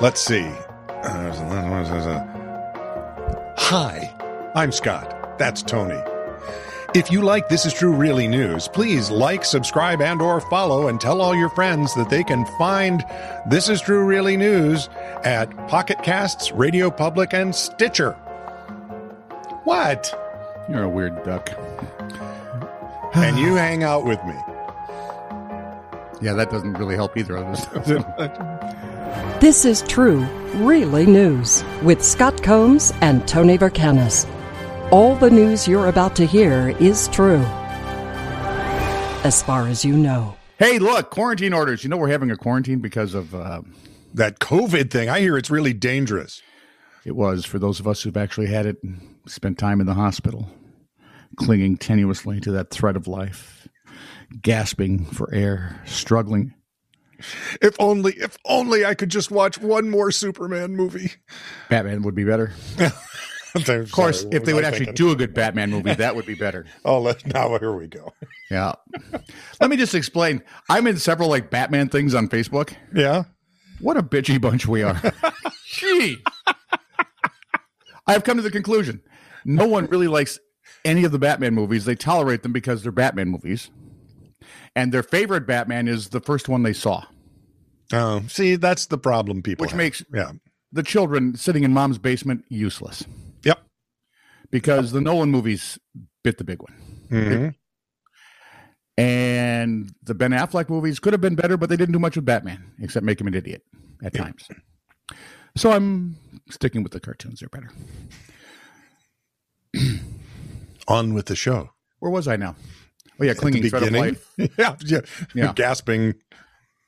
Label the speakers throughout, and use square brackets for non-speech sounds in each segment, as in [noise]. Speaker 1: Let's see. Hi, I'm Scott. That's Tony. If you like This Is True Really News, please like, subscribe, and or follow and tell all your friends that they can find This Is True Really News at Pocket Casts, Radio Public, and Stitcher.
Speaker 2: [sighs]
Speaker 1: What?
Speaker 2: You're a weird duck.
Speaker 1: and you hang out with me.
Speaker 2: Yeah, that doesn't really help either of us.
Speaker 3: This is true, really news with Scott Combs and Tony Vercanis. All the news you're about to hear is true, as far as you know.
Speaker 2: [laughs] hey, look, quarantine orders. You know we're having a quarantine because of uh,
Speaker 1: That COVID thing, I hear it's really dangerous.
Speaker 2: it was for those of us who've actually had it, and spent time in the hospital, clinging tenuously to that thread of life, gasping for air, struggling.
Speaker 1: If only, if only I could just watch one more Superman movie. [laughs]
Speaker 2: Batman would be better.
Speaker 1: of
Speaker 2: Of course, if they would actually do a good Batman movie, that would be better.
Speaker 1: Oh, let, [laughs] now here we go.
Speaker 2: Yeah. Let me just explain. I'm in several like Batman things on Facebook.
Speaker 1: Yeah.
Speaker 2: What a bitchy bunch we are. Gee. I've come to the conclusion no one really likes any of the Batman movies. They tolerate them because they're Batman movies. And their favorite Batman is the first one they saw.
Speaker 1: Oh, see, that's the problem, people.
Speaker 2: Which
Speaker 1: have.
Speaker 2: makes-
Speaker 1: yeah,
Speaker 2: The children sitting in mom's basement useless
Speaker 1: yep.
Speaker 2: because the Nolan movies bit the big one. Mm-hmm.
Speaker 1: Mhm.
Speaker 2: And the Ben Affleck movies could have been better, but they didn't do much with Batman except make him an idiot at times. So I'm sticking with the cartoons. They're better.
Speaker 1: On with the show.
Speaker 2: Where was I now? Oh, yeah, clinging thread of life.
Speaker 1: [laughs] yeah, yeah,
Speaker 2: Yeah.
Speaker 1: Gasping.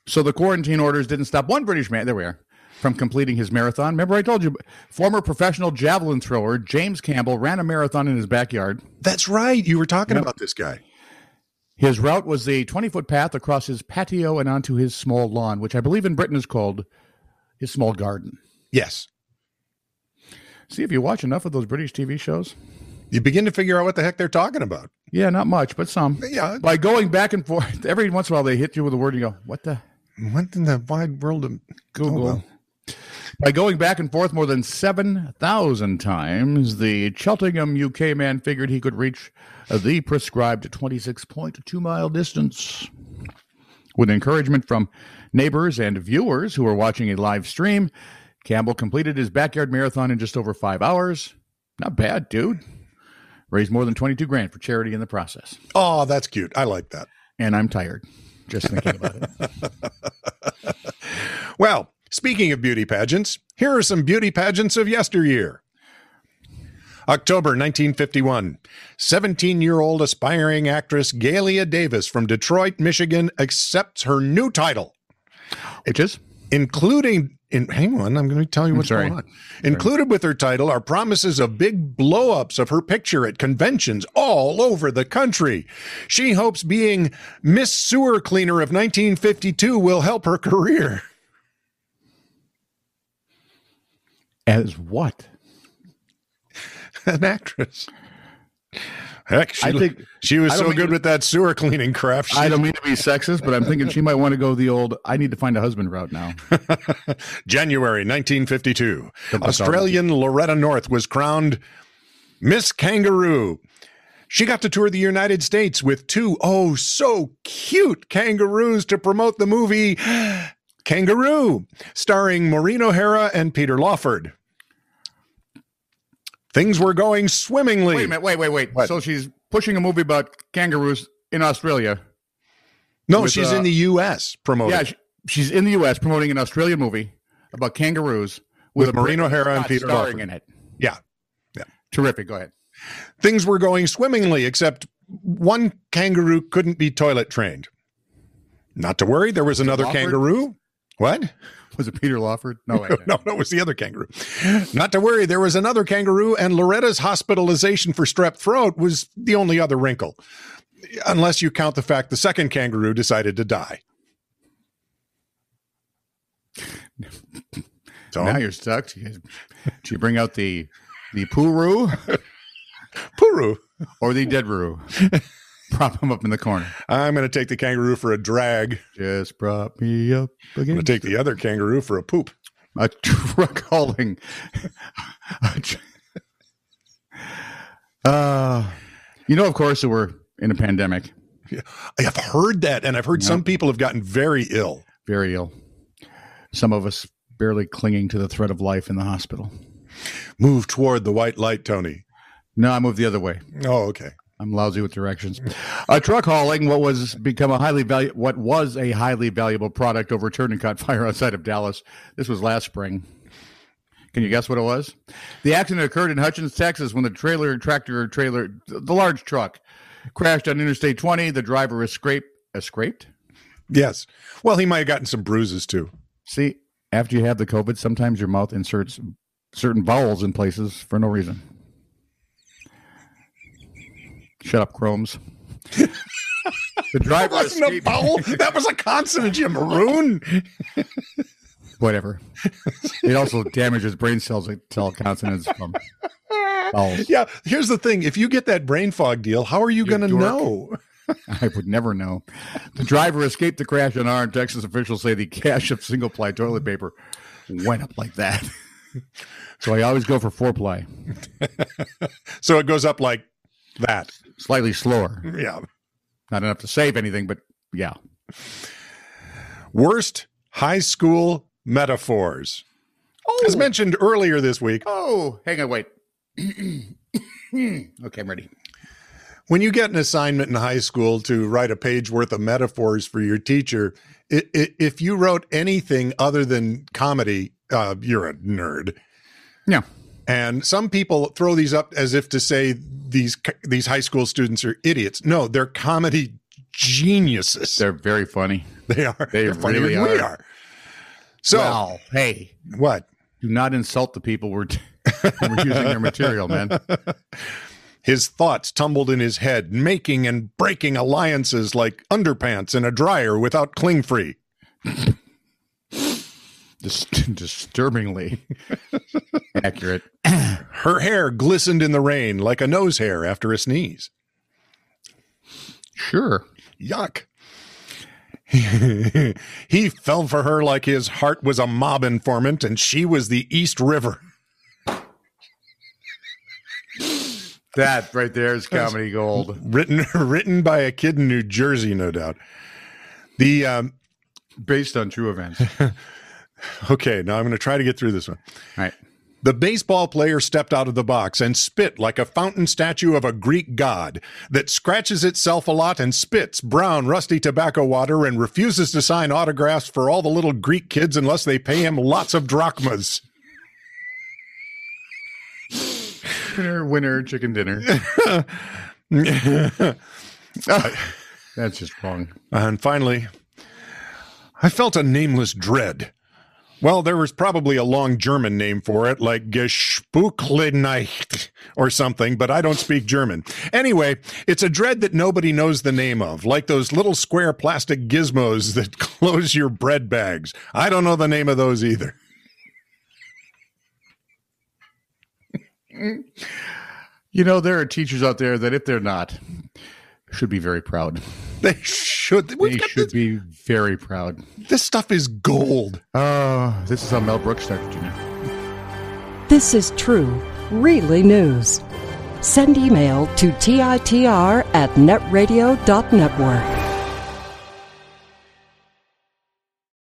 Speaker 2: So the quarantine orders didn't stop one British man. There we are. From completing his marathon. Remember, I told you, former professional javelin thrower James Campbell ran a marathon in his backyard.
Speaker 1: That's right. You were talking about this guy.
Speaker 2: His route was the 20 foot path across his patio and onto his small lawn, which I believe in Britain is called his small garden.
Speaker 1: Yes.
Speaker 2: See, if you watch enough of those British TV shows,
Speaker 1: You begin to figure out what the heck they're talking about.
Speaker 2: yeah, not much, but some.
Speaker 1: Yeah.
Speaker 2: By going back and forth, [laughs] every once in a while they hit you with a word and you go, what the?
Speaker 1: What in the wide world of
Speaker 2: Google.
Speaker 1: Oh, well.
Speaker 2: By going back and forth more than 7,000 times, the Cheltenham, UK man figured he could reach the prescribed 26.2 mile distance. With encouragement from neighbors and viewers who were watching a live stream, Campbell completed his backyard marathon in just over five hours. Not bad, dude. Raised more than 22 grand for charity in the process.
Speaker 1: Oh, that's cute. I like that.
Speaker 2: And I'm tired just thinking about it.
Speaker 1: Well, speaking of beauty pageants, here are some beauty pageants of yesteryear. October 1951, 17 year old aspiring actress Galia Davis from Detroit, Michigan accepts her new title,
Speaker 2: Which is?
Speaker 1: including. In, hang on, I'm going to tell you what's
Speaker 2: sorry.
Speaker 1: going on. Included with her title are promises of big blow ups of her picture at conventions all over the country. She hopes being Miss Sewer Cleaner of 1952 will help her [laughs] career.
Speaker 2: As what?
Speaker 1: [laughs] an actress. Heck, she,
Speaker 2: I think-
Speaker 1: she was
Speaker 2: I don't
Speaker 1: so
Speaker 2: mean
Speaker 1: good
Speaker 2: to-
Speaker 1: with that sewer cleaning crap. She,
Speaker 2: I don't mean to be sexist, but I'm thinking she might want to go the old I need to find a husband route now.
Speaker 1: [laughs] January 1952,
Speaker 2: Don't look
Speaker 1: Australian Loretta North was crowned Miss Kangaroo. She got to tour the United States with two, oh, so cute kangaroos to promote the movie [gasps] Kangaroo, starring Maureen O'Hara and Peter Lawford. Things were going swimmingly.
Speaker 2: [laughs] Wait a minute, wait, wait, wait. So she's pushing a movie about kangaroos in Australia.
Speaker 1: no,
Speaker 2: with,
Speaker 1: she's
Speaker 2: uh,
Speaker 1: in the U.S. promoting.
Speaker 2: Yeah, she, she's in the U.S. promoting an Australian movie about kangaroos
Speaker 1: With
Speaker 2: a
Speaker 1: Maureen
Speaker 2: Brit
Speaker 1: O'Hara and
Speaker 2: Scott
Speaker 1: Peter
Speaker 2: starring
Speaker 1: Lawford.
Speaker 2: in it.
Speaker 1: yeah.
Speaker 2: Terrific. Go ahead.
Speaker 1: things were going swimmingly, except one kangaroo couldn't be toilet trained. Not to worry, there was another
Speaker 2: Lawford?
Speaker 1: kangaroo. [laughs] What?
Speaker 2: Was it Peter Lawford? No, [laughs] wait.
Speaker 1: No, no, it was the other kangaroo. Not to worry, there was another kangaroo, and Loretta's hospitalization for strep throat was the only other wrinkle. Unless you count the fact the second kangaroo decided to [laughs] die. So,
Speaker 2: Now you're stuck. Do you, do you bring out the the poo-roo
Speaker 1: Puru,
Speaker 2: or the dead [laughs] roo? Prop him up in the corner.
Speaker 1: I'm going to take the kangaroo for a drag.
Speaker 2: Just prop me up
Speaker 1: I'm
Speaker 2: again.
Speaker 1: going to take the other kangaroo for a poop.
Speaker 2: a truck [laughs] hauling. a tr- uh, you know, of course, that we're in a pandemic.
Speaker 1: I have heard that, and I've heard some people have gotten very ill.
Speaker 2: Very ill. Some of us barely clinging to the thread of life in the hospital.
Speaker 1: Move toward the white light, Tony.
Speaker 2: No, I moved the other way.
Speaker 1: Oh, okay.
Speaker 2: I'm lousy with directions. A truck hauling what was become a highly valu- what was a highly valuable product overturned and caught [laughs] fire outside of Dallas. This was last spring. Can you guess what it was? The accident occurred in Hutchins, Texas, when the trailer and tractor trailer, the large truck, crashed on Interstate 20. The driver is scraped, uh, scraped.
Speaker 1: Yes. Well, he might have gotten some bruises too.
Speaker 2: See, after you have the COVID, sometimes your mouth inserts certain vowels in places for no reason. Shut
Speaker 1: [laughs]
Speaker 2: up, Chromes. the
Speaker 1: That
Speaker 2: driver
Speaker 1: wasn't a
Speaker 2: escaped.
Speaker 1: vowel. [laughs] That was a consonant, you maroon.
Speaker 2: Whatever. It also damages brain cells that tell consonants from vowels.
Speaker 1: Yeah. Here's the thing: if you get that brain fog deal, how are you, going to
Speaker 2: dork.
Speaker 1: know?
Speaker 2: I would never know. The driver escaped the crash and armed. Texas officials say the cache of single ply toilet paper went up like that. [laughs] So I always go for four ply,
Speaker 1: So it goes up like that.
Speaker 2: slightly slower.
Speaker 1: Yeah.
Speaker 2: Not enough to save anything, but yeah.
Speaker 1: Worst high school metaphors. As mentioned earlier this week,
Speaker 2: Oh, hang on, [clears throat] wait. okay, I'm ready.
Speaker 1: when you get an assignment in high school to write a page worth of metaphors for your teacher, i i if you wrote anything other than comedy, uh, you're a nerd.
Speaker 2: Yeah.
Speaker 1: And some people throw these up as if to say these c- these high school students are idiots. No, they're comedy geniuses.
Speaker 2: They're very funny.
Speaker 1: They are.
Speaker 2: They
Speaker 1: They're funnier
Speaker 2: really
Speaker 1: than we
Speaker 2: are.
Speaker 1: are. So
Speaker 2: Well, hey,
Speaker 1: what?
Speaker 2: do not insult the people we're, [laughs] we're using their material, man.
Speaker 1: His thoughts tumbled in his head, making and breaking alliances like underpants in a dryer without cling free.
Speaker 2: Dis- [laughs] disturbingly accurate.
Speaker 1: Her hair glistened in the rain like a nose hair after a sneeze.
Speaker 2: Sure.
Speaker 1: Yuck. [laughs] he fell for her like his heart was a mob informant and she was the East River. [laughs]
Speaker 2: That right there [laughs] is comedy gold.
Speaker 1: Written written by a kid in New Jersey, no doubt. The um,
Speaker 2: Based on true [laughs] events. All
Speaker 1: okay, now I'm going to try to get through this one.
Speaker 2: right.
Speaker 1: The baseball player stepped out of the box and spit like a fountain statue of a Greek god that scratches itself a lot and spits brown, rusty tobacco water and refuses to sign autographs for all the little Greek kids unless they pay him lots of drachmas.
Speaker 2: Winner, winner, chicken [laughs] dinner. That's just wrong.
Speaker 1: And finally, I felt a nameless dread. Well, there was probably a long German name for it, like Gespucklinecht or something, but I don't speak German. Anyway, it's a dread that nobody knows the name of, like those little square plastic gizmos [laughs] that close your bread bags. I don't know the name of those either.
Speaker 2: You know, there are teachers out there that, if they're not, should be very proud.
Speaker 1: They should. We've
Speaker 2: They
Speaker 1: got
Speaker 2: should be very proud.
Speaker 1: this, this stuff is gold.
Speaker 2: Oh, this is how Mel Brooks started, you know.
Speaker 3: This is true, really news. Send email to TITR at netradio.network.